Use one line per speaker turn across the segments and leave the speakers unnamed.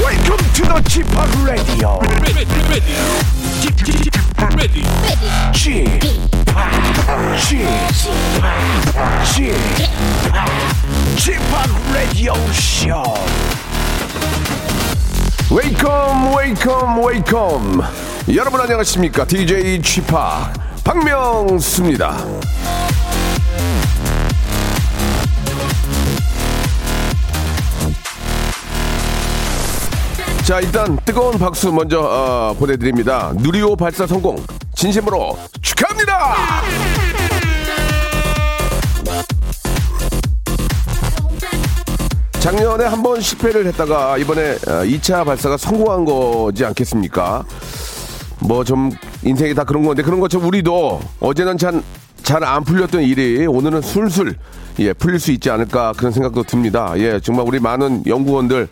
Welcome to the Chip Radio.
ready, ready, ready, ready.
Chip, Chip, Chip, Chip Radio Show. Welcome, welcome, welcome. 여러분 안녕하십니까? DJ 지파 박명수입니다. 자 일단 뜨거운 박수 먼저 어, 보내드립니다. 누리호 발사 성공 진심으로 축하합니다. 작년에 한 번 실패를 했다가 이번에 어, 2차 발사가 성공한 거지 않겠습니까? 뭐 좀 인생이 다 그런 건데 그런 것처럼 우리도 어제는 잘 안 풀렸던 일이 오늘은 술술 예 풀릴 수 있지 않을까 그런 생각도 듭니다. 예 정말 우리 많은 연구원들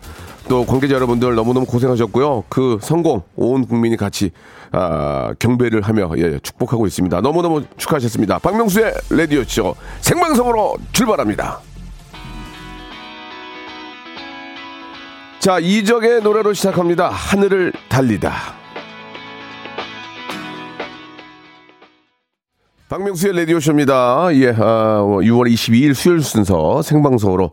또 관계자 여러분들 너무너무 고생하셨고요. 그 성공 온 국민이 같이 아, 경배를 하며 예, 축복하고 있습니다. 너무너무 축하하셨습니다. 박명수의 라디오 쇼 생방송으로 출발합니다. 자 이적의 노래로 시작합니다. 하늘을 달리다. 박명수의 라디오쇼입니다. 예, 아, 6월 22일 수요일 순서 생방송으로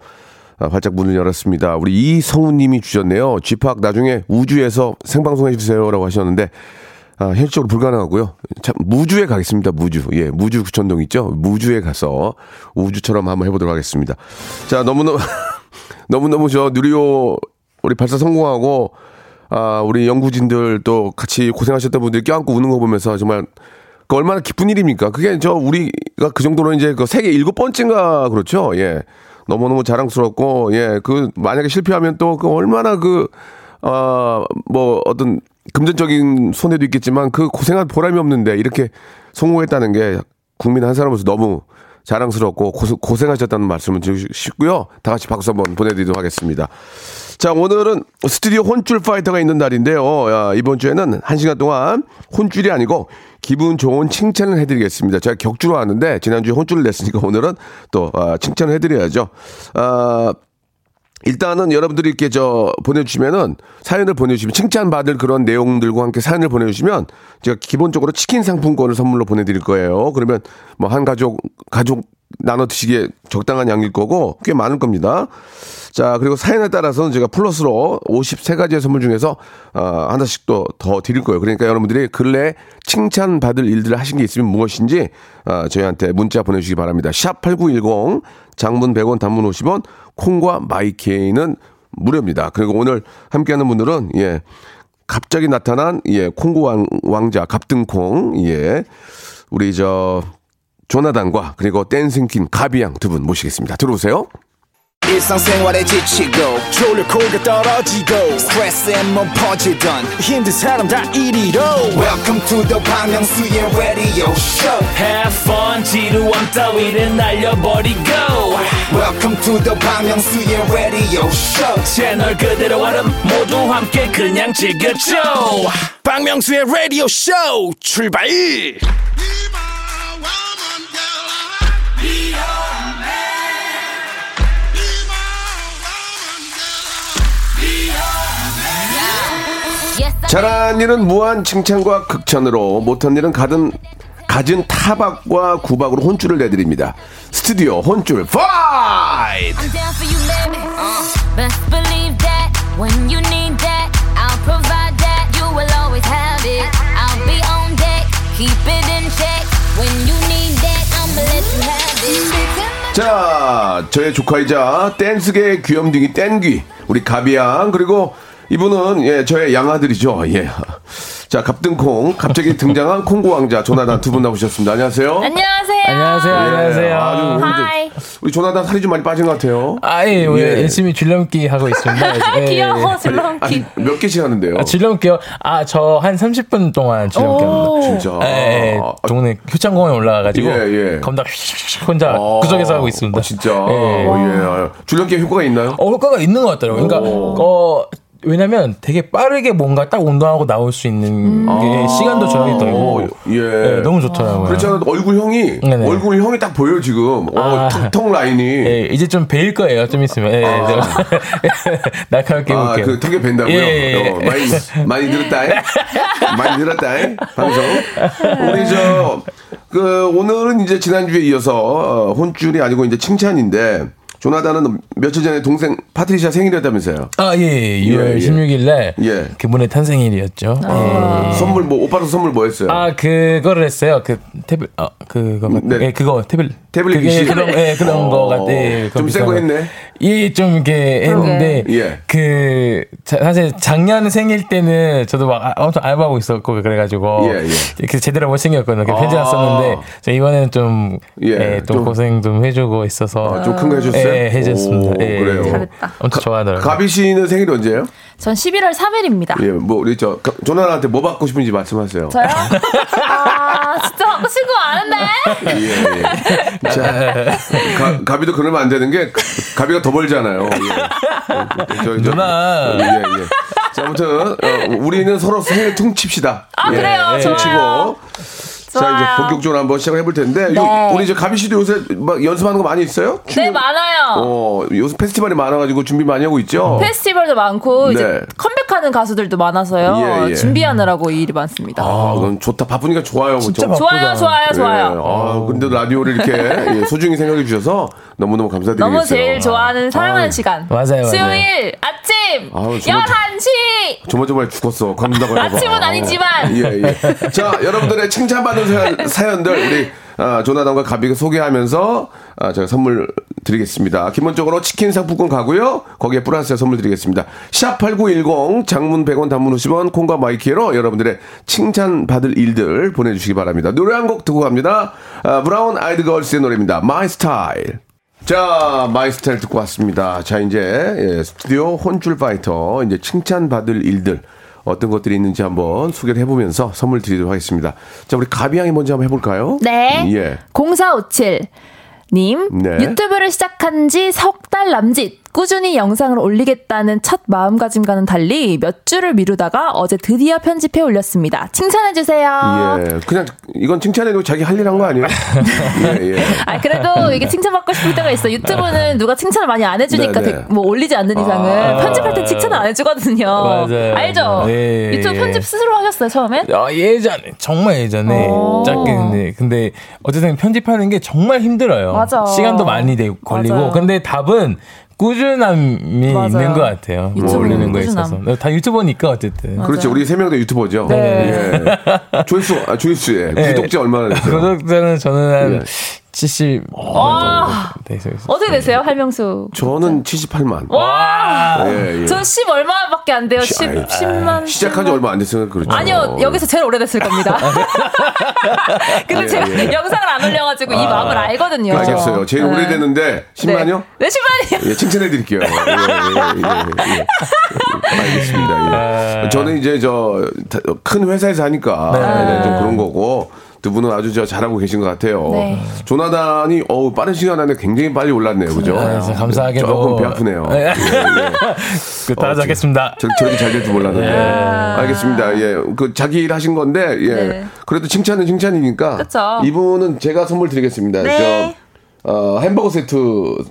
아, 활짝 문을 열었습니다. 우리 이성우님이 주셨네요. 쥐팍 나중에 우주에서 생방송 해주세요라고 하셨는데 아, 현실적으로 불가능하고요. 참 무주에 가겠습니다. 무주, 예, 무주 구천동 있죠. 무주에 가서 우주처럼 한번 해보도록 하겠습니다. 자, 너무너무 너무너무 저 누리호 우리 발사 성공하고 아, 우리 연구진들 또 같이 고생하셨던 분들 껴안고 우는 거 보면서 정말 그 얼마나 기쁜 일입니까? 그게 저 우리가 그 정도로 이제 그 세계 일곱 번째인가 그렇죠? 예. 너무너무 자랑스럽고 예. 그 만약에 실패하면 또 그 얼마나 그 아, 뭐 어떤 금전적인 손해도 있겠지만 그 고생한 보람이 없는데 이렇게 성공했다는 게 국민 한 사람으로서 너무 자랑스럽고 고생, 고생하셨다는 말씀을 드리고 싶고요. 다 같이 박수 한번 보내드리도록 하겠습니다. 자, 오늘은 스튜디오 혼줄 파이터가 있는 날인데요. 야, 이번 주에는 한 시간 동안 혼줄이 아니고 기분 좋은 칭찬을 해드리겠습니다. 제가 격주로 하는데 지난주에 혼줄을 냈으니까 오늘은 또 아, 칭찬을 해드려야죠. 아, 일단은 여러분들이 이렇게 저 보내주시면은 사연을 보내주시면 칭찬받을 그런 내용들과 함께 사연을 보내주시면 제가 기본적으로 치킨 상품권을 선물로 보내드릴 거예요. 그러면 뭐 한 가족 가족 나눠 드시기에 적당한 양일 거고 꽤 많을 겁니다. 자 그리고 사연에 따라서는 제가 플러스로 53가지의 선물 중에서 어, 하나씩 또 더 드릴 거예요. 그러니까 여러분들이 근래 칭찬받을 일들을 하신 게 있으면 무엇인지 어, 저희한테 문자 보내주시기 바랍니다. 샵8910 장문 100원 단문 50원 콩과 마이케이는 무료입니다. 그리고 오늘 함께하는 분들은 예 갑자기 나타난 예 콩고 왕, 왕자 갑등콩 예 우리 저 조나단과 그리고 댄싱퀸 가비양 두 분 모시겠습니다. 들어오세요.
일상생활에 지치고, 졸려 코가 떨어지고, 스트레스에 몸 퍼지던, 힘든 사람 다 이리로. welcome to the Bang Myung-soo's radio show
Have fun 지루함 따위를 날려버리고
welcome to the Bang Myung-soo's radio show
채널 그대로 얼음 모두 함께 그냥 즐겨줘
박명수의 radio show 출발
잘한 일은 무한 칭찬과 극찬으로 못한 일은 가든 가진 타박과 구박으로 혼쭐을 내드립니다. 스튜디오 혼쭐 파이트!
I'm down for you, baby. Uh. Best believe that when you need that, I'll provide that. You will always have it. I'll be on deck, keep it in check. When you need that, I'ma let you have it.
자, 저의 조카이자 댄스계의 귀염둥이 땡귀 우리 가비양 그리고 이분은 예 저의 양아들이죠. 예. 자, 갑등콩 갑자기 등장한 콩고 왕자 조나단 두 분 나오셨습니다. 안녕하세요. 네,
안녕하세요.
안녕하세요. 안녕하세요.
예, 아주
아,
근데
하이.
우리 조나단 살이 좀 많이 빠진 것 같아요.
예, 오늘
예. 아,
열심히 줄넘기 하고 있습니다. 예, 예, 예.
귀여워,
아니,
슬렁키.
몇 개씩 하는데요.
아, 줄넘기요? 아, 저 한 30분 동안 줄넘기 합니다.
진짜.
예, 예,
아,
동네 효창공원에 올라가가지고
예, 예.
검다 휙휙휙 혼자
아,
구석에서 그 하고 있습니다.
아, 진짜.
예.
어, 예. 줄넘기 효과가 있나요?
어, 효과가 있는 것 같더라고요. 그러니까
오.
어, 왜냐면 되게 빠르게 뭔가 딱 운동하고 나올 수 있는 게 시간도 저녁이
어,
되고
음. 예. 그렇죠.
네, 너무 좋더라고요.
그렇지 않아도 얼굴형이
네네.
얼굴형이 딱 보여요 지금. 어,
아.
턱턱 라인이.
예, 이제 좀 베일 거예요. 좀 있으면. 예, 예, 제가 날카롭게
아,
해볼게요.
그 턱에 밴다고요?
예, 예, 예.
어, 많이 많이 늘었다. 많이 늘었다. 방송. 우리 저 그 오늘은 이제 지난주에 이어서 어, 혼쭐이 아니고 이제 칭찬인데 조나단은 며칠 전에 동생 파트리샤 생일이었다면서요.
아, 예, 예. 6월
예, 예.
16일 날
예.
그분의 탄생일이었죠. 예.
선물 뭐 오빠로 선물 뭐 했어요?
아, 그거를 했어요. 그 태블 어, 그거 맞-
네.
예, 그거 태블
태블릿
그게
PC?
그런 예, 그런
어,
거 같아. 예, 그거
좀
비싼
세고
거.
했네.
예, 좀 이렇게 했는데
예.
그 자- 사실 작년 생일 때는 저도 막 아- 엄청 알바하고 있었고 그래 가지고
예, 예.
이렇게 제대로 못 챙겼거든요. 그 편지
아.
왔었는데 저 이번에는 좀
예,
예, 좀,
좀- 아,
고생 좀 해주고 있어서
좀 큰 거 해줬어요?
예, 예, 해줬습니다.
오,
예, 예.
그래요.
잘했다.
엄청 좋아하더라고요.
가비 씨는 생일이 언제예요?
전 11월 3일입니다.
예, 뭐 우리 저 가- 조나단한테 뭐 받고 싶은지 말씀하세요.
저요? 아, 진짜 받고 싶은 거 많은데? 네,
예, 예. 자, 가, 가비도 그러면 안 되는 게 가- 가비가 더 벌잖아요. 예. 저, 저,
누나.
예, 예. 자, 아무튼 어, 우리는 서로 생일 퉁칩시다. 예,
아, 그래요. 좋아요.
퉁치고. 자, 이제
좋아요.
본격적으로 한번 시작을 해볼 텐데 요- 우리 이제 가비 씨도 요새 막 연습하는 거 많이 있어요?
네, 많아요.
어, 요새 페스티벌이 많아가지고 준비 많이 하고 있죠.
페스티벌도 많고,
네.
이제 컴백하는 가수들도 많아서요.
예, 예.
준비하느라고 일이 많습니다.
아, 그럼 좋다. 바쁘니까 좋아요.
진짜
그렇죠?
좋아요,
바쁘다.
좋아요, 좋아요.
예, 아, 근데 라디오를 이렇게 예, 소중히 생각해 주셔서 너무너무 감사드리겠어요. 예.
너무 제일 좋아하는 사랑하는 시간.
맞아요, 맞아요.
수요일 아침
아우, 정말
11시.
조마조마 죽었어. 관둔다고 해봐.
아침은 아니지만.
예, 예. 자, 여러분들의 칭찬받은 사연, 사연들 우리 아, 조나단과 가비가 소개하면서 아, 제가 선물 드리겠습니다. 기본적으로 치킨 상품권 가고요. 거기에 플러스 선물 드리겠습니다. 샵8910 장문 100원 단문 50원 콩과 마이키로 여러분들의 칭찬받을 일들 보내주시기 바랍니다. 노래 한 곡 듣고 갑니다. 아, 브라운 아이드 걸스의 노래입니다. 마이 스타일. 자, 마이스타일 듣고 왔습니다. 자, 이제 예, 스튜디오 혼줄 파이터 이제 칭찬받을 일들 어떤 것들이 있는지 한번 소개를 해보면서 선물 드리도록 하겠습니다. 자, 우리 가비 양이 먼저 한번 해볼까요?
네.
예.
0457. 님,
네.
유튜브를 시작한 지 석 달 남짓. 꾸준히 영상을 올리겠다는 첫 마음가짐과는 달리 몇 주를 미루다가 어제 드디어 편집해 올렸습니다. 칭찬해주세요.
예. 그냥 이건 칭찬해도 자기 할 일 한 거 아니에요? 예, 예.
아, 그래도 이게 칭찬받고 싶을 때가 있어. 유튜브는 누가 칭찬을 많이 안 해주니까
네, 네. 아.
되- 뭐 올리지 않는 이상은 편집할 때 칭찬을 안 해주거든요.
맞아요.
알죠?
예,
유튜브
예.
편집 스스로 하셨어요, 처음엔?
아, 예전에 정말 예전에
오.
짧게 근데, 근데 어쨌든 편집하는 게 정말 힘들어요.
맞아.
시간도 많이 되- 걸리고
맞아요.
근데 답은 꾸준함이
맞아요.
있는 것 같아요. 뭐
유튜브는
올리는 거에
꾸준함. 아.
있어서 다 유튜버니까 어쨌든
그렇죠. 우리 세 명 다 유튜버죠.
네.
예. 조회수, 아, 조회수, 예.
예.
구독자 얼마나 됐어요?
구독자는 저는 한
예.
70.
와. 어떻게
네.
되세요, 할명수?
저는 78만.
어? 와!
예, 예.
전 10 얼마밖에 안 돼요. 10,
아이,
10만.
시작한 지 얼마 안 됐어요. 그렇죠.
아니요, 여기서 제일 오래됐을 겁니다. 근데 제가
예. 아,
영상을 안 올려가지고 이 마음을 알거든요.
알겠어요. 제일
네.
오래됐는데, 10만요?
네, 10만이요.
예, 칭찬해 드릴게요. 예, 예, 예, 예. 알겠습니다. 예.
아.
저는 이제 저 큰 회사에서 하니까
네.
예, 좀 그런 거고 두 분은 아주 저 잘하고 계신 것 같아요.
네.
조나단이 어우 빠른 시간 안에 굉장히 빨리 올랐네요, 그죠?
그래서 감사하게도
조금 배 아프네요.
예.
예, 예.
그 따라잡겠습니다.
저, 저렇게 잘 될 줄 몰랐는데.
네.
알겠습니다. 예. 그 자기 일 하신 건데, 예.
네.
그래도 칭찬은 칭찬이니까.
그쵸.
이분은 제가 선물 드리겠습니다. 저,
네.
어, 햄버거 세트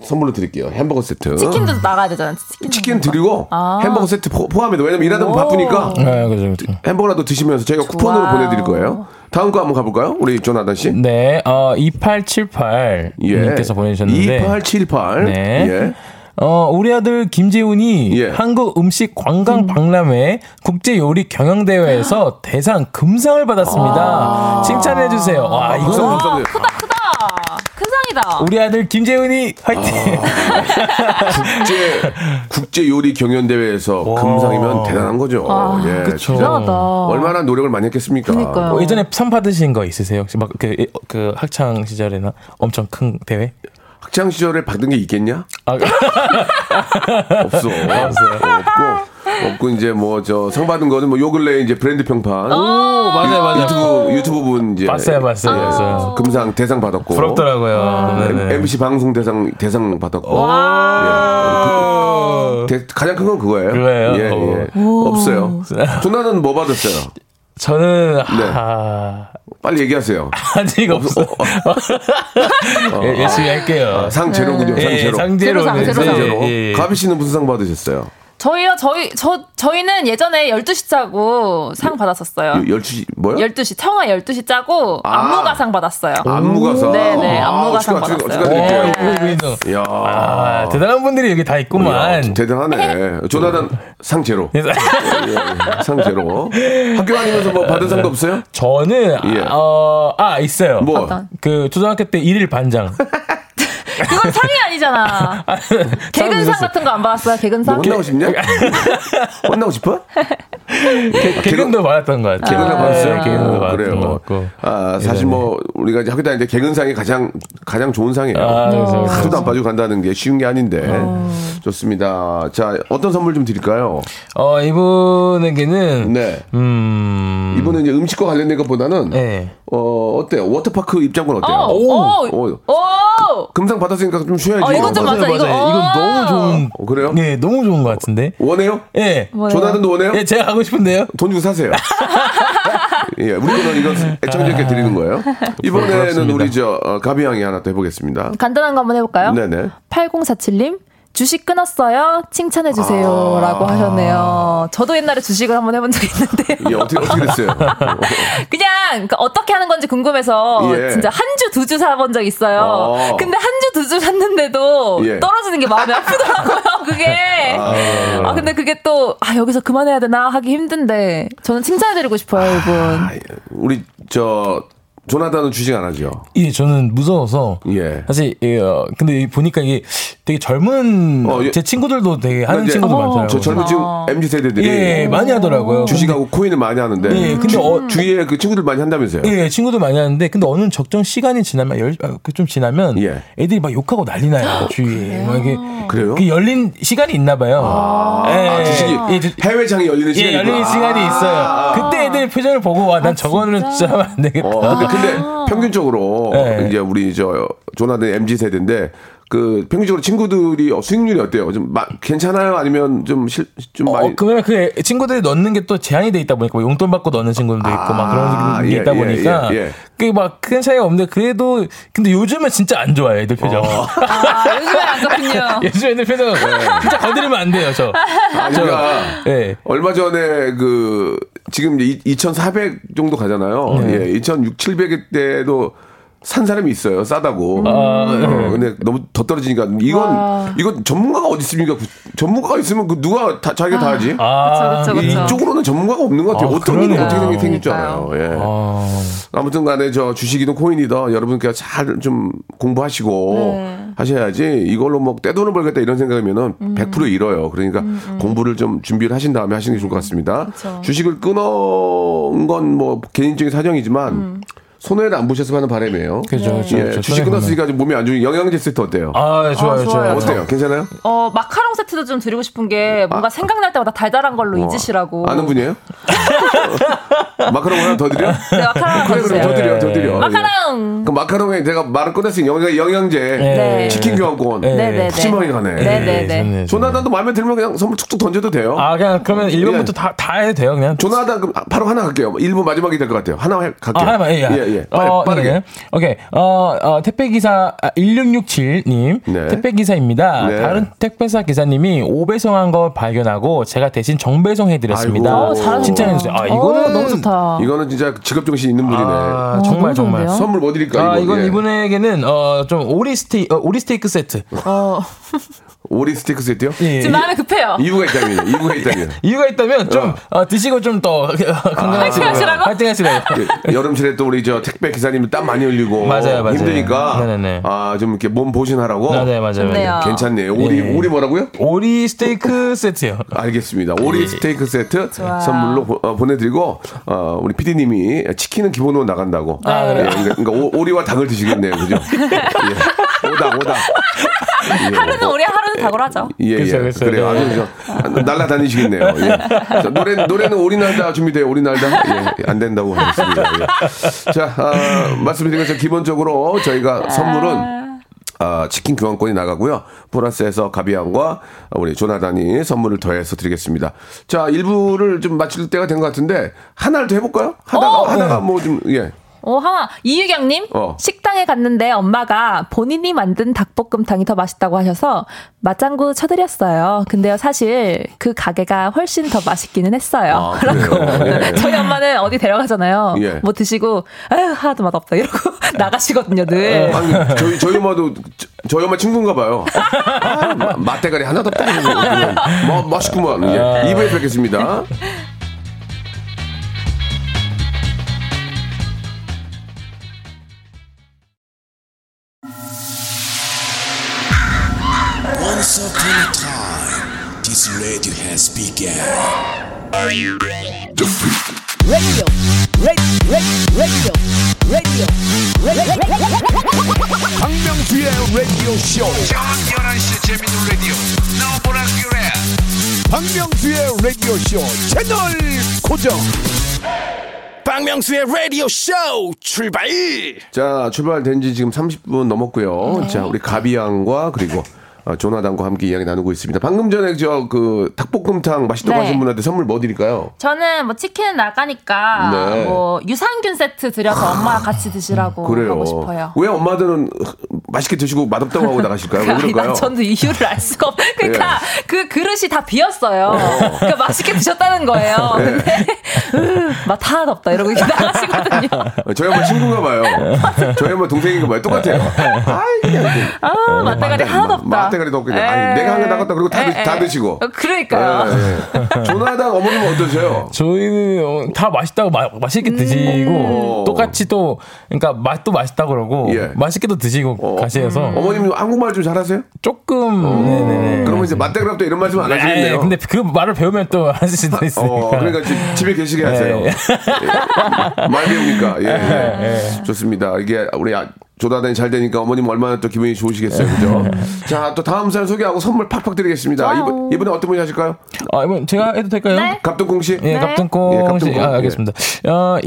선물로 드릴게요. 햄버거 세트.
치킨도 나가야 되잖아. 치킨.
치킨 드리고 햄버거 세트 포, 함해도 왜냐면 일하다 보면 바쁘니까
아. 네, 그죠, 그죠.
햄버거라도 드시면서 저희가 쿠폰으로
좋아요.
보내드릴 거예요. 다음 거 한번 가볼까요? 우리 조나단 씨.
네, 어, 2878 님께서 보내주셨는데
2878.
네.
예.
어, 우리 아들 김재훈이
예.
한국 음식 관광 박람회 국제 요리 경영 대회에서 대상 금상을 받았습니다. 칭찬해 주세요. 와,
박수,
이거
박수.
와, 크다, 크다. 큰 상이다.
우리 아들 김재훈이 화이팅.
국제, 예. 국제 요리 경연대회에서 금상이면 대단한 거죠. 예.
아, 그쵸. 아.
진짜
대단하다.
얼마나 노력을 많이 했겠습니까?
그러니까요.
뭐 예전에 상 받으신 거 있으세요? 혹시 막 그 그 학창 시절에나 엄청 큰 대회? 그,
학창 시절에 받은 게 있겠냐?
아,
없어. 없고 없고 이제 뭐 저 상 받은 거는 뭐 요 근래 이제 브랜드 평판
오, 맞아요, 맞아요.
유튜브 유튜브 분 이제 예,
봤어요, 봤어요. 그래서
금상 대상 받았고
부럽더라고요.
M-
네네.
MBC 방송 대상 대상 받았고 예.
오.
대- 가장 큰 건 그거예요.
그거예요?
예, 예. 없어요. 조나는 뭐 받았어요?
저는
네.
아,
빨리 얘기하세요.
아직 없어. 예, 열심히 할게요.
어. 상 제로군요. 어. 아, 상
예,
제로.
상제로.
제로상,
네,
제로상.
네,
제로.
예, 예.
가비 씨는 무슨 상 받으셨어요?
저희요, 저희, 저, 저희는 예전에 12시 짜고 상
예.
받았었어요.
요- 열두 시 뭐요?
12시, 청아 12시 짜고
예? 아.
안무가상 받았어요.
안무가상.
네네,
아,
안무가상
축하, 축하,
받았어요.
오,
축하드릴게요.
이거, 이거.
이야.
예. 네. 아, 대단한 분들이 여기 다
야,
있구만.
대단하네. 조나단 상 제로. 예, 예. 상 제로. 학교 다니면서 뭐 받은 상도 없어요?
저는
예.
아, 어, 아 있어요.
뭐?
어떤?
그 초등학교 때 일일 반장.
그건 상이 아니잖아. 개근상
싸우셨어요.
같은 거 안 받았어요?
너
개근상?
뭐 혼나고 싶냐? 혼나고 싶어? 아,
개근도 받았던 것 같아요.
개근상 받았어요?
네, 개근도 받았던
그래요.
것 같고. 예,
아, 사실 뭐, 우리가 이제 학교 다닐 때 개근상이 가장, 가장 좋은 상이에요.
네.
아, 그래서
하루도 안 빠지고 간다는 게 쉬운 게 아닌데.
네.
좋습니다. 자, 어떤 선물 좀 드릴까요?
어 이분에게는
네.
음
이번에 이제 음식과 관련된 것보다는,
네.
어, 어때요? 워터파크 입장권 어때요?
어, 오,
오.
오, 오.
금상 받았으니까 좀 쉬어야지.
어, 이건 좀 맞아. 이거,
이건
어.
너무 좋은.
어, 그래요?
네, 너무 좋은 것 같은데.
원해요?
예.
뭐?
조나단도 원해요?
예, 제가 가고 싶은데요.
돈 주고 사세요. 예, 우리 거는 이거 애청자께 드리는 거예요. 이번에는
네. 아, 그렇습니다.
우리 저 어, 가비 양이 하나 또 해보겠습니다.
간단한 거 한번 해볼까요?
네네.
8047님. 주식 끊었어요. 칭찬해
아.
주세요라고 하셨네요. 저도 옛날에 주식을 한번 해본 적이 있는데요.
예, 어떻게 어떻게 됐어요?
그냥 그 어떻게 하는 건지 궁금해서
예.
진짜 한 주 두 주 사본 적 있어요.
어.
근데 한 주 두 주 샀는데도
예.
떨어지는 게 마음이 아프더라고요. 그게 아, 근데 그게 또 아, 여기서 그만해야 되나 하기 힘든데 저는 칭찬해드리고 싶어요, 이분.
아, 예. 우리 저 조나단은 주식 안 하죠.
예, 저는 무서워서.
예.
사실 예, 어, 근데 이 보니까 이게 되게 젊은
어, 예.
제 친구들도 되게 하는
이제
친구들
어,
많더라고요. 아.
저 젊은 지금 mz 세대들이
예, 많이 하더라고요.
주식하고 코인을 많이 하는데
예, 근데
주,
어-
주위에 그 친구들 많이 한다면서요?
예, 친구도 많이 하는데 근데 어느 적정 시간이 지나면 열, 아, 그좀 지나면
예.
애들이 막 욕하고 난리 나요 주위에 막 이게
그래요?
그 열린 시간이 있나 봐요. 예,
아, 주식이
예, 주-
해외 장이 열리는
예,
시간이 아,
열린 시간이 있어요. 그때 애들 표정을 보고 와 난 저거는 아, 진짜 하면 안 되겠다.
어, 근데, 근데 평균적으로
아. 네.
이제 우리 저 조나단 MZ 세대인데 그 평균적으로 친구들이 어, 수익률이 어때요? 좀 마, 괜찮아요? 아니면 좀좀 좀 많이
어, 그러면 그 애- 친구들이 넣는 게 또 제한이 돼 있다 보니까 뭐 용돈 받고 넣는 친구들도 있고
아,
막 그런 게
예,
있다
예,
보니까
예, 예.
그게 막 큰 차이가 없는데 그래도 근데 요즘은 진짜 안 좋아요 애들 표정.
어.
아, 요즘에 안 그렇군요.
요즘 애들 표정 네. 진짜 건드리면 안 돼요 저.
아니,
저-
그러니까
예.
얼마 전에 그 지금 이제 2,400 정도 가잖아요.
네.
예, 2,600, 700 때도 산 사람이 있어요.
음.
싸다고.
아, 네.
어, 근데 너무 더 떨어지니까 이건 이건 전문가가 어디 있습니까? 그 전문가가 있으면 그 누가 다, 자기가 다 하지?
아,
그쵸, 그쵸, 그쵸.
예, 이쪽으로는 전문가가 없는 것 같아요.
아,
어떤 일이
그러네요.
어떻게 생기- 생길 줄 알아요. 예.
아.
아무튼 간에 저 주식이든 코인이든 여러분께서 잘 좀 공부하시고
네.
하셔야지 이걸로 뭐 떼돈을 벌겠다 이런 생각이면은
음.
100% 잃어요. 그러니까 공부를 좀 준비를 하신 다음에 하시는 게 좋을 것 같습니다. 주식을 끊은 건 뭐 개인적인 사정이지만
음.
손해를 안 보셨으면 하는 바람이에요.
그죠, 그죠,
예,
그죠.
주식
손해 보면.
끊었으니까 좀 몸이 안 좋은 영양제 세트 어때요?
아, 좋아요,
아, 좋아요.
좋아요.
어때요? 괜찮아요?
어, 마카롱 세트도 좀 드리고 싶은 게 뭔가 생각날 때마다 달달한 걸로 잊으시라고.
아. 아는 분이에요? 마카롱 하나 더 드려?
네, 마카롱
그래 그럼 더
주세요.
드려 더 드려.
마카롱.
그 마카롱에 제가 말을 꺼냈으니 영양- 영양제,
네.
치킨 교환권.
네, 네, 네.
푸짐하게 가네.
네, 네, 네.
좋네요, 좋네요.
조나단도 마음에 들면 그냥 선물 툭툭 던져도 돼요.
아, 그냥 그러면 1번부터
예.
다, 다 해도 돼요, 그냥.
조나단 그럼 바로 하나 갈게요. 1분 마지막이 될 것 같아요. 하나 해- 갈게요.
아, 하나만, 예, 예.
예, 빨리,
어,
빠르게.
네, 네. 오케이. 어, 어, 택배기사, 아, 1667님.
네.
택배기사입니다.
네.
다른 택배사 기사님이 오배송한 걸 발견하고 제가 대신 정배송해드렸습니다.
아이고. 어, 잘하셨다.
칭찬해주세요. 아, 이거는.
어, 너무 좋다.
이거는 진짜 직업정신 있는 분이네.
아,
어,
정말, 정말.
너무 좋은데요?
선물 뭐 드릴까?
아, 이건
예.
이분에게는, 어, 좀 오리 스테이, 어, 오리 스테이크 세트.
어,
오리 스테이크 세트요?
예.
지금 마음이 급해요.
이유가 있다면, 이유가 있다면.
이유가 있다면 좀 어, 드시고 좀 더 건강하시고
하시라고?
파이팅 하시라고.
예, 여름철에 또 우리 저 택배 기사님 땀 많이 흘리고
맞아요, 맞아요.
힘드니까
네네네.
아, 좀 이렇게 몸 보신하라고
맞아요, 맞아요.
좋네요.
맞아요.
괜찮네요. 오리
예.
오리 뭐라고요?
오리 스테이크 세트요.
아, 알겠습니다. 오리 스테이크 세트 선물로 보- 어, 보내드리고 어, 우리 PD님이 치킨은 기본으로 나간다고.
아, 그래요?
예, 그러니까, 그러니까 오, 오리와 닭을 드시겠네요, 그죠? 예. 오다 오다. 예.
하루는 오래 하루는 다골하죠.
예, 예.
그쵸, 그쵸.
그래요.
네.
아주 저, 날라다니시겠네요. 예. 자, 노래, 노래는 오리날다 준비돼요. 오리날다. 예, 안 된다고 하셨습니다. 예. 자, 아, 말씀드린 것처럼 기본적으로 저희가 선물은 아, 치킨 교환권이 나가고요. 플러스에서 가비앙과 우리 조나단이 선물을 더해서 드리겠습니다. 자, 일부를 좀 마칠 때가 된 것 같은데 하나를 더 해볼까요? 하다가, 하다가 뭐 좀, 예.
어, 하나 이유경님
어.
식당에 갔는데 엄마가 본인이 만든 닭볶음탕이 더 맛있다고 하셔서 맞장구 쳐드렸어요. 근데요 사실 그 가게가 훨씬 더 맛있기는 했어요.
아, 그래요?
네.
예.
저희 엄마는 어디 데려가잖아요.
예.
뭐 드시고 아유 하나도 맛없다 이러고 나가시거든요
어.
늘.
아니, 저희, 저희 엄마도, 저- 저희 엄마 친구인가 봐요. 아, 마- 맛대가리 하나도 없다. 뭐, 멋있구만. 예. 2부에 뵙겠습니다.
Once upon a time, this radio has begun.
박명수의 라디오 쇼 출발
자, 출발된 지 지금 30분 넘었고요. 자, 우리 가비양과 그리고 어, 조나단과 함께 이야기 나누고 있습니다. 방금 전에 저 그 닭볶음탕 맛있다고
네.
하신 분한테 선물 뭐 드릴까요?
저는 뭐 치킨 나가니까
네. 아,
뭐 유산균 세트 드려서 엄마랑 같이 드시라고
그래요.
하고 싶어요.
왜 엄마들은 맛있게 드시고 맛없다고 하고 나가실까요? 왜
아니,
그럴까요?
그러니까
예.
난 저도 이유를 알 수가 없. 그러니까 그 그릇이 다 비었어요. 그러니까 맛있게 드셨다는 거예요. 근데 음, 막다 하나 없다 이러고 이렇게 나가시거든요.
어, 저희 엄마 친구인가 봐요. 저희 엄마 동생인가 봐요. 똑같아요. 아이, 그냥
아, 맛대가리 하나도 없다. 예.
맛대가리도 없겠네. 아니, 내가 한개 나갔다 그러고 다 드- 다 드시고.
어, 그러니까요.
예, 예. 조나단 어머님은 어떠세요?
저희는 어, 다 맛있다고 마- 맛있게 드시고
오.
똑같이 또 그러니까 맛도 맛있다 그러고
예. 맛있게도
맛있게도 드시고 가시해서
음. 어머님 한국말 좀 잘하세요?
조금 네네네.
그러면 이제 어. 맞대그랍도 이런 말씀 안 하시겠네요.
근데 그 말을 배우면 또 하실 수도 있으니까.
어, 그러니까 지- 집에 계시게 하세요.
예.
예. 많이 배우니까.
네.
예, 예. 좋습니다. 이게 우리 아- 조다단이 잘 되니까 어머님 얼마나 또 기분이 좋으시겠어요. 그죠?
네.
자, 또 다음 사연 소개하고 선물 팍팍 드리겠습니다. 이번, 이번에 어떤 분이 하실까요?
아, 이번 제가 해도 될까요?
네.
갑동공 씨? 예,
예, 갑등콩 씨.
갑등콩.
아, 알겠습니다. 어,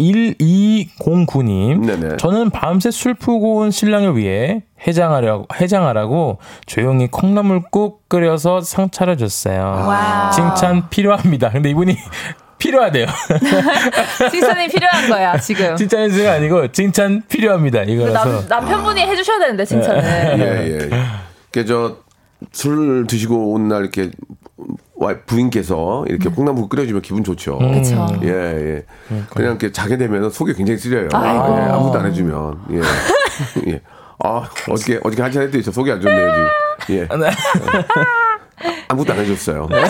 1209님.
네네.
저는 밤새 술 풀고 온 신랑을 위해 해장하려고, 해장하라고 조용히 콩나물국 끓여서 상차려 줬어요. 칭찬 필요합니다. 근데 이분이 필요하대요.
예.
칭찬이 필요한 거야 지금.
칭찬 해주가 아니고 칭찬 필요합니다. 이거라서.
남, 남편분이 해주셔야 되는데 칭찬을.
예, 예. 이게 저술 드시고 온 날 이렇게 와 부인께서 이렇게 콩나물 끓여주면 기분 좋죠.
그쵸.
예, 예. 그냥 이렇게 자게 되면 속이 굉장히 쓰려요.
아이고.
예, 아무것도 안 해주면. 예. 예. 아, 어저께, 어저께 한잔 했더니 저 속이 안 좋네요, 지금. 예.
네.
아무것도 안 해줬어요. 예, 예,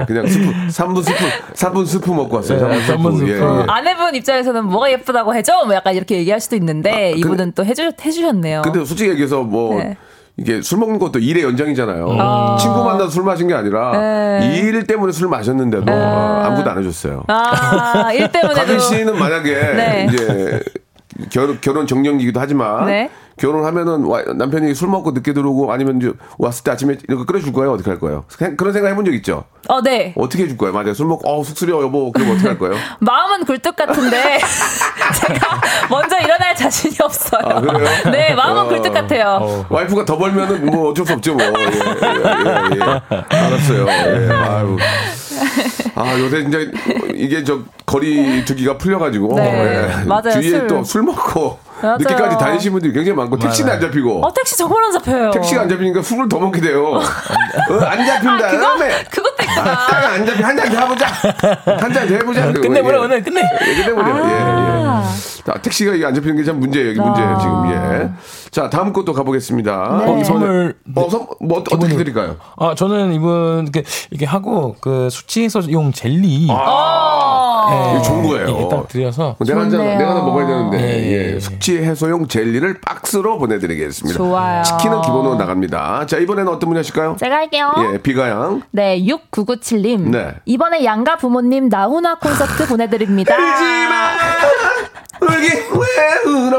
예. 그냥 스프, 3분 스프, 3분 스프 먹고 왔어요.
네,
3분 스프.
삼분 스프.
예, 예.
아내분 입장에서는 뭐가 예쁘다고 해줘? 뭐 약간 이렇게 얘기할 수도 있는데 이분은 또 해주, 해주셨네요.
아, 근데 솔직히 얘기해서 뭐
네.
이게 술 먹는 것도 일의 연장이잖아요. 친구 만나서 술 마신 게 아니라
네.
일 때문에 술 마셨는데도 아, 아무것도 안 해줬어요.
아, 일 때문에도.
가빈 씨는 만약에
네.
이제 결혼, 결혼 정년기기도 하지만
네.
결혼하면은 와- 남편이 술 먹고 늦게 들어오고 아니면 이제 왔을 때 아침에 이렇게 끓여줄 거예요? 어떻게 할 거예요? 생- 그런 생각 해본 적 있죠?
어, 네.
어떻게 해줄 거예요? 만약에 술 먹고 어, 숙소려 여보 그러면 어떻게 할 거예요?
마음은 굴뚝 같은데 제가 먼저 일어날 자신이 없어요.
아, 그래요?
네, 마음은
어.
굴뚝 같아요.
와이프가 더 벌면은 뭐 어쩔 수 없죠 뭐. 예, 예, 예, 예. 알았어요. 예, 아유. 아 요새 이제 이게 저 거리 두기가 풀려가지고
네,
예.
맞아요.
주위에
술.
또 술 먹고
맞아요.
늦게까지 다니시는 분들이 굉장히 많고 택시는 안 잡히고
어, 택시 정말 안 잡혀요.
택시가 안 잡히니까 술을 더 먹게 돼요. 어, 안 잡힌다.
아, 그거
다음에
그것도 있구나.
아, 안 잡히 한잔 더 해보자. 한잔 더 해보자.
끝내보라,
예.
오늘 끝내.
예,
아.
끝내버려. 예, 예. 자, 택시가 이게 안 잡히는 게 참 문제예요. 이게 문제예요, 지금. 예. 자, 다음 것도 가보겠습니다.
아. 네.
이번에-
선물-
어, 선, 뭐, 어떻게
기본으로.
드릴까요?
아, 저는 이분 이렇게, 이렇게 하고 그 숙취해소용 젤리.
어.
아, 이거 좋은 거예요. 뭐
이렇게 딱 드려서.
내가 한 잔,
좋네요.
내가 하나 먹어야 되는데.
예,
예.
예.
숙취 해소용 젤리를 박스로 보내드리겠습니다.
좋아요.
치킨은 기본으로 나갑니다. 자, 이번에는 어떤 분이 하실까요?
제가 할게요.
예, 비가양.
네, 6997님.
네. 아,
이번에 양가 부모님 나훈아 콘서트 보내드립니다.
울기 왜 울어?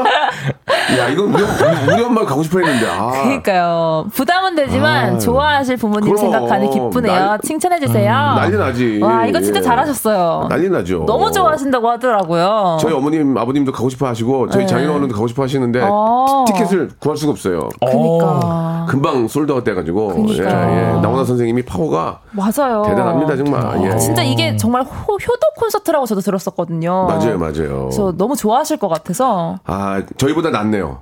야 이건 우리, 우리, 우리 엄마 가고 싶어 했는데. 아.
그러니까요. 부담은 되지만
아유.
좋아하실 부모님
그럼.
생각하니 기쁘네요.
난-
칭찬해 주세요.
난리 나지.
와 이거 진짜
예.
잘하셨어요.
난리 나죠.
너무 좋아하신다고 하더라고요.
저희 어머님, 아버님도 가고 싶어 하시고 저희 장인어른도 가고 싶어 하시는데
네. 어.
티- 티켓을 구할 수가 없어요.
그러니까
금방 솔드아웃 돼가지고 예,
그러니까요.
예. 나훈아 선생님이 파워가
맞아요.
대단합니다 정말. 예.
진짜 이게 정말 호, 효도 콘서트라고 저도 들었었거든요.
맞아요, 맞아요.
그래서 너무 좋아하실 것 같아서
아 저희보다 낫네요.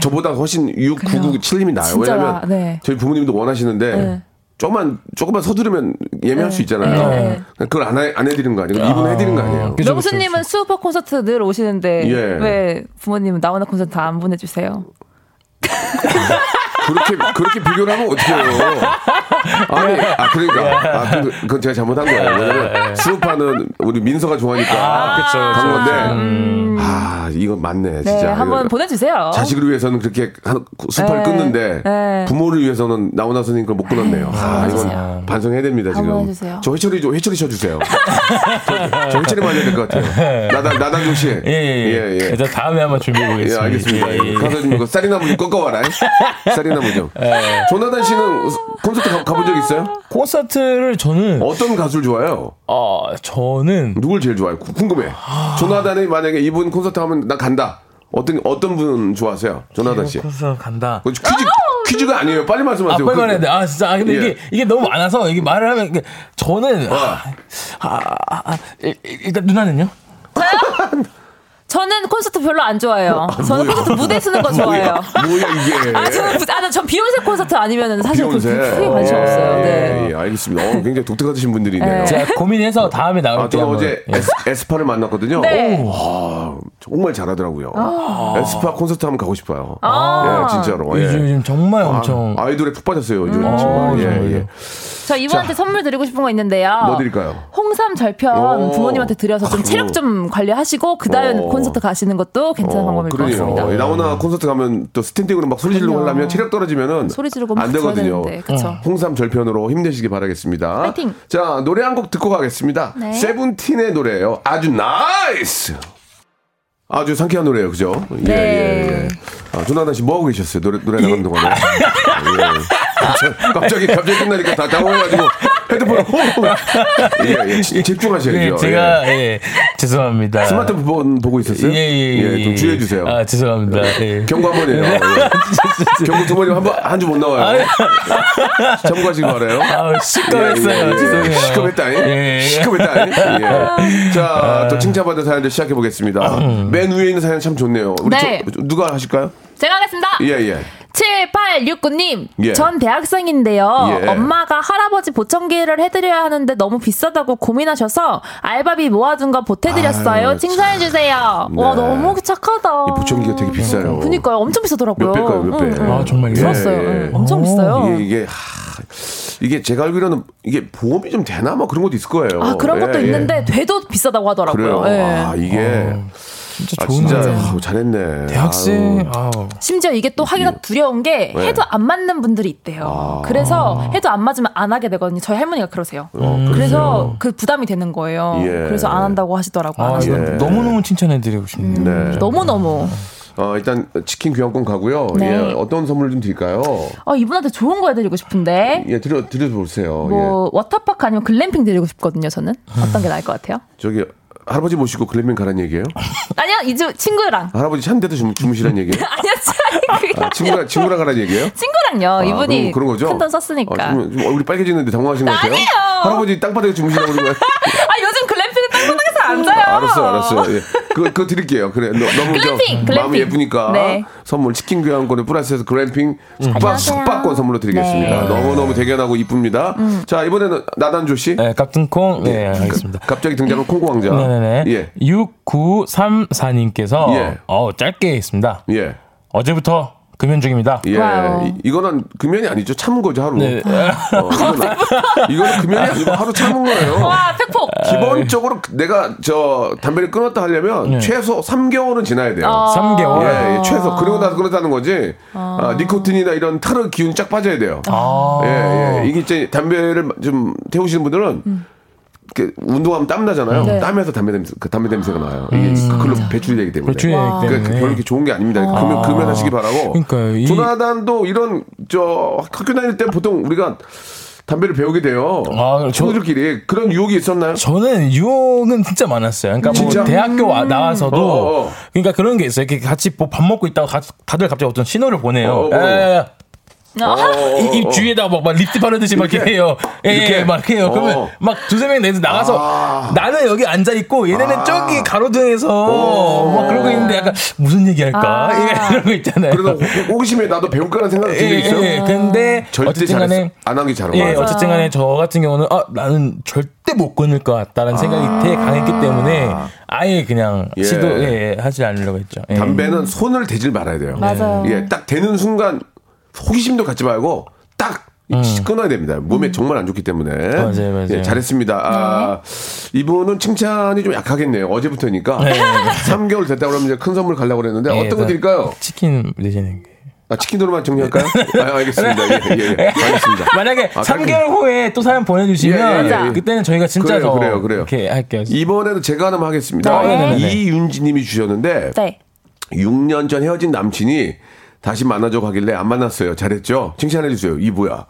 저보다 훨씬 6, 9,
그래요.
9, 7님이 나아요.
진짜
왜냐면
나- 네.
저희 부모님도 원하시는데
네.
조금만 조금만 서두르면 예매할 수 있잖아요.
네, 네.
그걸 안, 해- 안 해드리는 거 아니고 이분 해드리는 거 아니에요.
그죠, 그죠,
명수님은 수우파 콘서트 늘 오시는데
예.
왜 부모님은 나훈아 콘서트 다 안 보내주세요?
그렇게 그렇게 비교를 하면 어떡해요. 아니,
네.
아 그러니까 아, 그, 그건 제가 잘못한 거예요. 왜냐면 수우파는 우리 민서가 좋아하니까
아, 그쵸,
간
그쵸. 음.
건데 아 이거 맞네
네,
진짜.
한번
이거-
보내주세요.
자식을 위해서는 그렇게 한-
네,
수파를 끊는데
네.
부모를 위해서는 나훈아 선생님 걸 못 끊었네요. 아, 이건 반성해야 됩니다
한번
지금.
해주세요.
저 회철이 좀 회철이 쳐주세요. 저, 저 회철이 맞아야 될 것 같아요. 나단 나단종 씨.
네. 예, 예, 예.
예.
일단 다음에 한번 준비해
예,
보겠습니다.
알겠습니다.
예, 예.
가서 좀 이거 쌀이나무 좀 꺾어와라. 예. 쌀이나무 좀. 조나단 씨는 콘서트 가, 가본 적 있어요?
콘서트를 저는 어,
어떤 가수를 좋아해요?
저는
누굴 제일 좋아해요? 구- 궁금해. 조나단이 만약에 이분 콘서트 하면 나 간다. 어떤 어떤 분 좋아하세요? 조나단 씨.
콘서트 간다.
그 퀴즈 퀴즈가 아니에요. 빨리 말씀하세요.
아, 빨리
그-
말해야 돼. 아, 진짜. 아, 근데
예. 어.
이게, 이게 너무 많아서, 이게 말을 하면, 이게 저는, 아, 아, 아, 아, 일- 일- 일단 누나는요?
저는 콘서트 별로 안 좋아해요. 저는
뭐야.
콘서트 무대 쓰는 거 좋아해요.
뭐야 이게?
아, 저는, 부- 아, 나 전 비욘세 콘서트 아니면은 사실 그
비욘세.
크게 관심
예,
없어요.
예,
네.
예, 알겠습니다. 어, 굉장히 독특하신 분들이네요.
제가 고민해서 다음에 나올
아,
때.
저는
한번-
어제
예.
에스, 에스파를 만났거든요.
네.
아, 정말 잘하더라고요. 에스파 콘서트 한번 가고 싶어요.
아.
예, 진짜로. 예.
요즘, 요즘 정말 엄청.
아, 이돌에푹 빠졌어요. 요즘
음.
정말.
아,
예,
정말요?
예.
저 이분한테 선물 드리고 싶은 거 있는데요.
뭐 드릴까요?
홍삼 절편
오.
부모님한테 드려서 좀
아이고.
체력 좀 관리하시고 그다음
오.
콘서트 가시는 것도 괜찮은 방법일 것 같습니다.
어, 그러네요. 예. 나오나 콘서트 가면 또 스탠딩으로 막 소리 지르고
음. 그럼요.
하려면 체력 떨어지면은
소리 지르고
안
붙여야
되거든요.
되는데, 그쵸.
홍삼 절편으로 힘내시기 바라겠습니다.
파이팅!
자, 노래 한 곡 듣고 가겠습니다.
네.
세븐틴의 노래예요. 아주 나이스. 아주 상쾌한 노래예요. 그죠?
네.
예, 예, 예. 아, 조나단 씨 뭐 하고 계셨어요? 노래 노래 나가는 동안에. 예. 갑자기 갑자기 끝나니까 다 당황해가지고 헤드폰을 호! 예, 예. 지- 집중하셔야죠.
네,
예, 제가, 예. 죄송합니다.
스마트폰 보고 있었어요?
예, 예, 예.
좀 주의해 주세요. 네.
아, 죄송합니다. 예.
경고 한 번이에요. 예. 경고 두 번이면 한번한 주 못 나와요. 참고하시기 바래요.
아, 시끄럽어요. 죄송해요.
예, 시끄럽다.
예.
시끄럽다. 예. 자, 또 칭찬받은 사연들 시작해
아,
보겠습니다.
음.
맨 위에 있는 사연 참 좋네요. 우리
네.
저- 누가 하실까요?
제가 하겠습니다.
예, 예.
7869님,
예.
전 대학생인데요.
예.
엄마가 할아버지 보청기를 해드려야 하는데 너무 비싸다고 고민하셔서 알바비 모아둔 거 보태드렸어요.
아유,
칭찬해주세요. 와,
네.
너무 착하다. 음,
이 보청기가 되게 비싸요.
그니까요. 엄청 비싸더라고요.
몇 배일까요, 몇 배?
아, 정말요?
들었어요.
예, 예.
응, 엄청 비싸요.
이게 이게 하, 이게 제가 알기로는 이게 보험이 좀 되나 뭐 그런 것도 있을 거예요.
아, 그런
예,
것도
예.
있는데 돼도 비싸다고 하더라고요.
그래요.
예.
아, 이게
어, 진짜
아,
좋은
진짜
데
아우, 잘했네. 아유.
대학생, 아
심지어 이게 또 하기가 두려운 게
네.
해도 안 맞는 분들이 있대요.
아.
그래서 해도 안 맞으면 안 하게 되거든요. 저희 할머니가 그러세요. 그래서 그 부담이 되는 거예요.
어, 예.
그래서 안 한다고 하시더라고요. 안
아,
하시는
이거
예.
너무너무 칭찬해드리고 싶네요.
네.
너무너무.
어, 일단 치킨 교환권 가고요.
네.
예, 어떤 선물 좀 드릴까요?
아, 이분한테 좋은 거 해드리고 싶은데.
예, 드려 드려 보세요. 예.
뭐, 워터파크 아니면 글램핑 드리고 싶거든요, 저는. 어떤 게 나을 것 같아요?
예, 저기 할아버지 모시고 글램핑 가란 얘기예요?
아니요, 이제 친구랑.
할아버지 찬데도 주무, 주무시란 얘기예요?
아니요, 친구랑.
아, 친구랑 친구랑 가란 얘기예요?
친구랑요.
아, 그럼
이분이
그런 거죠?
큰 돈 썼으니까.
아,
아,
지금 얼굴이 빨개지는데 당황하신 것 같아요?
아니에요.
할아버지 땅바닥에 주무시라고 그러고
아, 요즘 글램핑은 땅바닥에서 안 자요.
알았어, 알았어. 예. 그거, 그거 드릴게요. 그래. 너, 너무 저
글램핑, 글램핑.
마음이 예쁘니까
네.
선물 치킨 교환권에 플러스해서 글램핑 숙박,
안녕하세요.
숙박권 선물로 드리겠습니다.
네. 음.
너무너무 대견하고 이쁩니다. 자, 이번에는 나단조 씨.
네, 깍둔콩.
예.
네, 알겠습니다.
갑자기 등장한 콩고왕자.
네네네.
예.
6934님께서
예.
어, 짧게 있습니다.
예.
어제부터 금연 중입니다.
예.
와우.
이- 이거는 금연이 아니죠. 참은 거죠, 하루.
네.
어, 이건, 아- 이거는 금연이 아니고 하루 참은 거예요.
와, 팩폭.
기본적으로 내가 저 담배를 끊었다 하려면
네.
최소 3개월은 지나야 돼요.
아.
3개월.
예, 예, 최소. 그리고 나서 그렇다는 거지. 아, 니코틴이나 이런 타르 기운이 쫙 빠져야 돼요.
아.
예, 예. 이게 이제 담배를 좀 태우시는 분들은 이렇게 운동하면 땀 나잖아요.
네.
땀에서 담배 냄새, 그 담배 냄새가 나요. 이게 그걸로 배출이 되기 때문에.
배출이 되기
그러니까
때문에.
그 별로 이렇게 좋은 게 아닙니다. 금연, 금연하시기 바라고.
그러니까요. 이-
조나단도 이런 저 학교 다닐 때 보통 우리가 담배를 배우게 돼요.
아, 저-
친구들끼리 그런 유혹이 있었나요?
저는 유혹은 진짜 많았어요. 그러니까
진짜?
뭐 대학교 와- 나와서도
어, 어.
그러니까 그런 게 있어요. 이렇게 같이 뭐 밥 먹고 있다가 가- 다들 갑자기 어떤 신호를 보내요.
어, 어, 어.
에,
어,
이,
어,
입
어.
주위에다 막, 막 립스틱 바르듯이 막
이렇게?
이렇게 해요. 예,
이렇게?
예, 막 해요.
어.
그러면 막 두세 명이 내서 나가서
아.
나는 여기 앉아 있고 얘네는
아.
저기 가로등에서
어.
막 그러고 있는데 약간 무슨 얘기 할까? 예,
아.
이런 거 있잖아요.
그래서 호- 호기심에 나도 배울까라는 생각이
예,
든 적
예,
있어요?
예. 근데
절대
어쨌든
잘안
간에
하기 잘하
예, 어쨌든 간에 저 같은 경우는 아, 나는 절대 못 끊을 것 같다는 생각이 되게 강했기 때문에 아예 그냥
아. 예.
시도 예, 예, 하지 않으려고 했죠. 예.
담배는 손을 대질 말아야 돼요.
맞아요.
예, 딱 대는 순간 호기심도 갖지 말고 딱 끊어야 됩니다.
음.
몸에 정말 안 좋기 때문에.
음. 맞아요, 맞아요.
예,
네.
잘했습니다. 아, 이분은 칭찬이 좀 약하겠네요. 어제부터니까.
네, 네, 네.
3개월 됐다 그러면 이제 큰 선물 가려고 그랬는데
예,
어떤 거
나-
드릴까요?
치킨 내시는 게.
아, 치킨으로만 정리할까요?
네.
아, 알겠습니다. 예, 예, 예. 알겠습니다.
만약에
아,
3개월 후에 또 사연 보내주시면
예, 예, 예, 예.
그때는 저희가 진짜
그래요,
더
그래요, 그래요.
이렇게 할게요.
이번에도 제가 하나만 하겠습니다.
아, 네, 네, 네.
이윤지 님이 주셨는데
네.
6년 전 헤어진 남친이 다시 만나자고 하길래 안 만났어요. 잘했죠? 칭찬해 주세요. 이 뭐야?
어.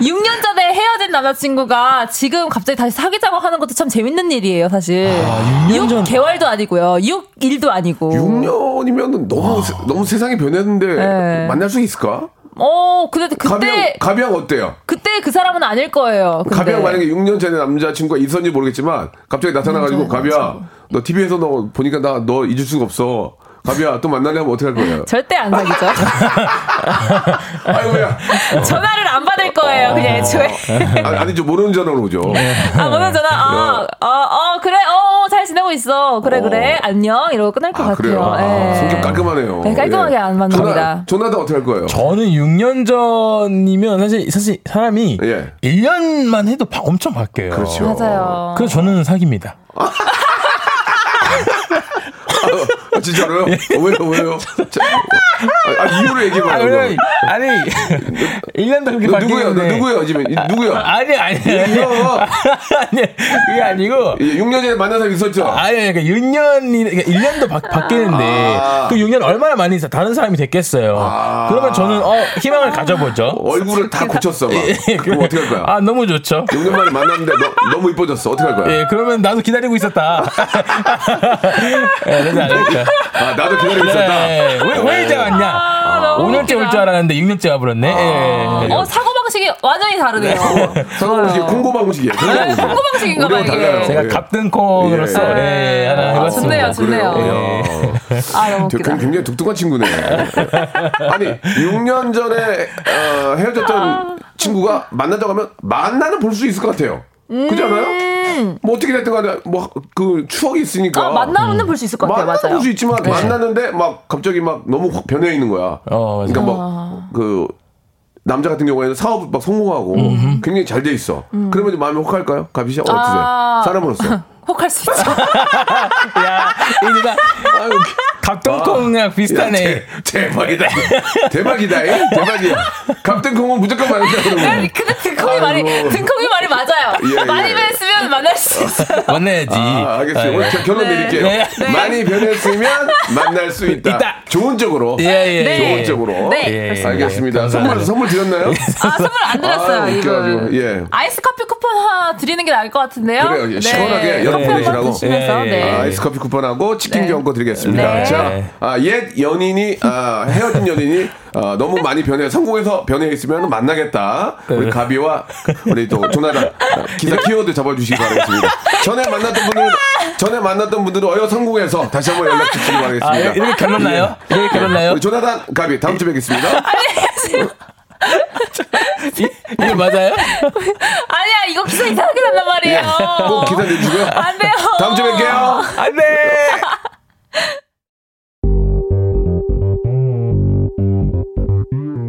6년 전에 헤어진 남자친구가 지금 갑자기 다시 사귀자고 하는 것도 참 재밌는 일이에요, 사실.
아, 6년 전-
6개월도 아니고요. 6일도 아니고.
6년이면 너무 세- 너무 세상이 변했는데
아. 네.
만날 수 있을까?
어, 근데
가비양
그때
가비양 어때요?
그때 그 사람은 아닐 거예요. 근데.
가비양 만약에 6년 전에 남자친구가 있었는지 모르겠지만 갑자기 나타나가지고 가비야 너 TV에서 너 보니까 나 너 잊을 수가 없어. 가비야 또 만나려면 어떻게 할 거예요?
절대 안 사귀죠.
아이고야.
전화를 안 받을 거예요, 그냥 애초에.
아, 니죠 모르는 전화로 오죠.
아, 오늘 전화, 아, 어, 어, 그래, 어, 어, 잘 지내고 있어. 그래, 그래, 안녕. 이러고 끝날 것
아, 그래요.
같아요.
아,
예.
성격 깔끔하네요.
네, 깔끔하게 안
조나,
만납니다.
조나도 어떻게 할 거예요?
저는 6년 전이면 사실 사실 사람이
예.
1년만 해도 바- 엄청 바뀌어요.
그렇죠.
맞아요.
그래서 저는 사기입니다.
아, 진짜로요? 어, 왜요? 왜요? 자, 아, 아, 이유를 얘기해
네. 아,
봐요.
왜,
그럼.
아니 1년도 그렇게
너 누구야? 너
바뀌는데
누구야? 지금 이- 누구야?
아니 아니 아니
이거
아니 그게 아니고
6년 전에 만난 사람 있었죠?
네. 아니 그러니까 6년이 그러니까 1년도 바, 바뀌는데
아.
그 6년 얼마나 많이 있어 다른 사람이 됐겠어요.
아.
그러면 저는 어
아.
희망을 가져보죠.
얼굴을 다 고쳤어. 막. 그럼 어떻게 할 거야?
예, 아 너무 좋죠.
6년 만에 만났는데 너, 너무 이뻐졌어. 어떻게 할 거야?
예 그러면 나도 기다리고 있었다. 예, 그러지 않을까.
아, 나도 기다리고 있었다. 네.
예, 왜, 왜 이제 왔냐?
아, 너무
5년째 올
웃기다.
줄 알았는데 6년째 와버렸네. 예.
어, 사고방식이 완전히 다르네요.
상호방식, 콩고방식이에요. 콩고방식.
아, 콩고방식인가 봐요,
우리하고
이게.
달라요.
제가
예.
갑등콩으로서
예.
예, 하나
아,
해봤습니다.
좋네요, 좋네요.
그래요. 이야.
아, 너무
되게
웃기다.
굉장히 독특한 친구네. 아니, 6년 전에 어,
아.
헤어졌던 친구가 만나자고 하면 만나는 볼 수 있을 것 같아요. 그렇지
음.
않아요? 뭐 어떻게 됐든 간에 뭐 그 추억이 있으니까. 음.
아, 만나면 볼 수 있을 것 같아요,
만나는
맞아요. 네.
볼수 있지만 만났는데 막 갑자기 막 너무 확 변해 있는 거야.
어, 맞아요.
그러니까 막그 남자 같은 경우에는 사업 막 성공하고 굉장히 잘 돼 있어. 그러면 이제 마음이 혹할까요? 가비 씨 어떠세요?
음. 아.
사람으로서.
혹할 수 있죠.
야, 이거가
아,
갑등콩이랑 비슷하네.
대, 대박이다. 대박이다. 예? 대박이야. 갑등콩은 무조건 만난다 그러면.
근데 등콩이 말이,
예. 아이고.
등콩이 말이 맞아요.
예, 예.
많이 뵀으면 만날 수 있어요.
만나야지.
아, 알겠어요.
예.
오늘 겨- 결론
네.
내릴게요.
네.
많이 변했으면 만날 수 있다.
있다.
좋은 쪽으로.
예, 예,
네.
좋은
예.
쪽으로.
네.
예, 예.
알겠습니다. 선물,
감사합니다.
선물 드렸나요?
아, 선물 안 드렸어요,
아, 웃겨가지고.
이거.
예.
아이스 커피 쿠폰 하나 드리는 게 나을 것 같은데요. 네.
그래요. 예, 시원하게 여러분
커피 한번
보내시라고.
예,
드시면서,
예,
네.
아, 아이스커피 쿠폰하고 치킨
네.
경고 드리겠습니다.
네.
자, 아, 옛 연인이, 아, 헤어진 연인이 아, 너무 많이 변해, 성공해서 변해있으면 만나겠다.
네.
우리 가비와 우리 또 조나단 아, 기사 키워드 잡아주시기 바라겠습니다. 전에 만났던 분들은, 전에 만났던 분들은 어여 성공해서 다시 한번 연락 주시기
아,
바라겠습니다.
이렇게 결론 나요? 이렇게 결론 나요?
우리 조나단 가비 다음 주에 뵙겠습니다. 네.
이게 맞아요?
아니야, 이거 기사 이상하게 난단 말이에요.
예, 꼭 기사 내주고요.
안 돼요.
다음 주에 뵐게요.
안 돼!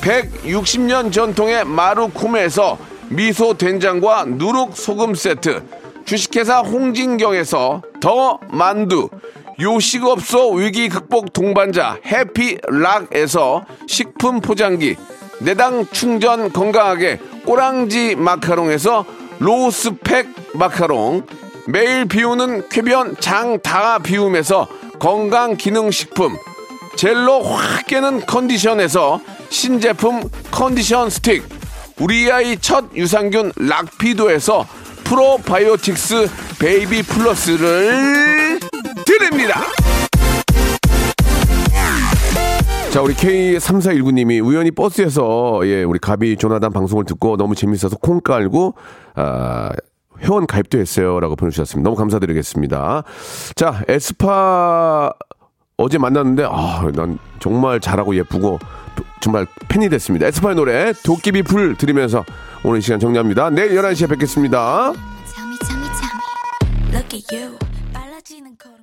160년 전통의 마루코메에서 미소 된장과 누룩 소금 세트 주식회사 홍진경에서 더 만두 요식업소 위기 극복 동반자 해피락에서 식품 포장기 내당 충전 건강하게 꼬랑지 마카롱에서 로스펙 마카롱 매일 비우는 쾌변 장 다 비움에서 건강 기능 식품 젤로 확 깨는 컨디션에서 신제품 컨디션 스틱 우리 아이 첫 유산균 락피도에서 프로바이오틱스 베이비 플러스를 드립니다. 자, 우리 K3419님이 우연히 버스에서, 예, 우리 가비 조나단 방송을 듣고 너무 재밌어서 콩 깔고, 아, 회원 가입도 했어요. 라고 보내주셨습니다. 너무 감사드리겠습니다. 자, 에스파 어제 만났는데, 아, 난 정말 잘하고 예쁘고, 정말 팬이 됐습니다. 에스파의 노래, 도깨비 풀 들으면서 오늘 이 시간 정리합니다. 내일 11시에 뵙겠습니다.
Tell me, tell me, tell me. Look at you. 빨라지는 걸.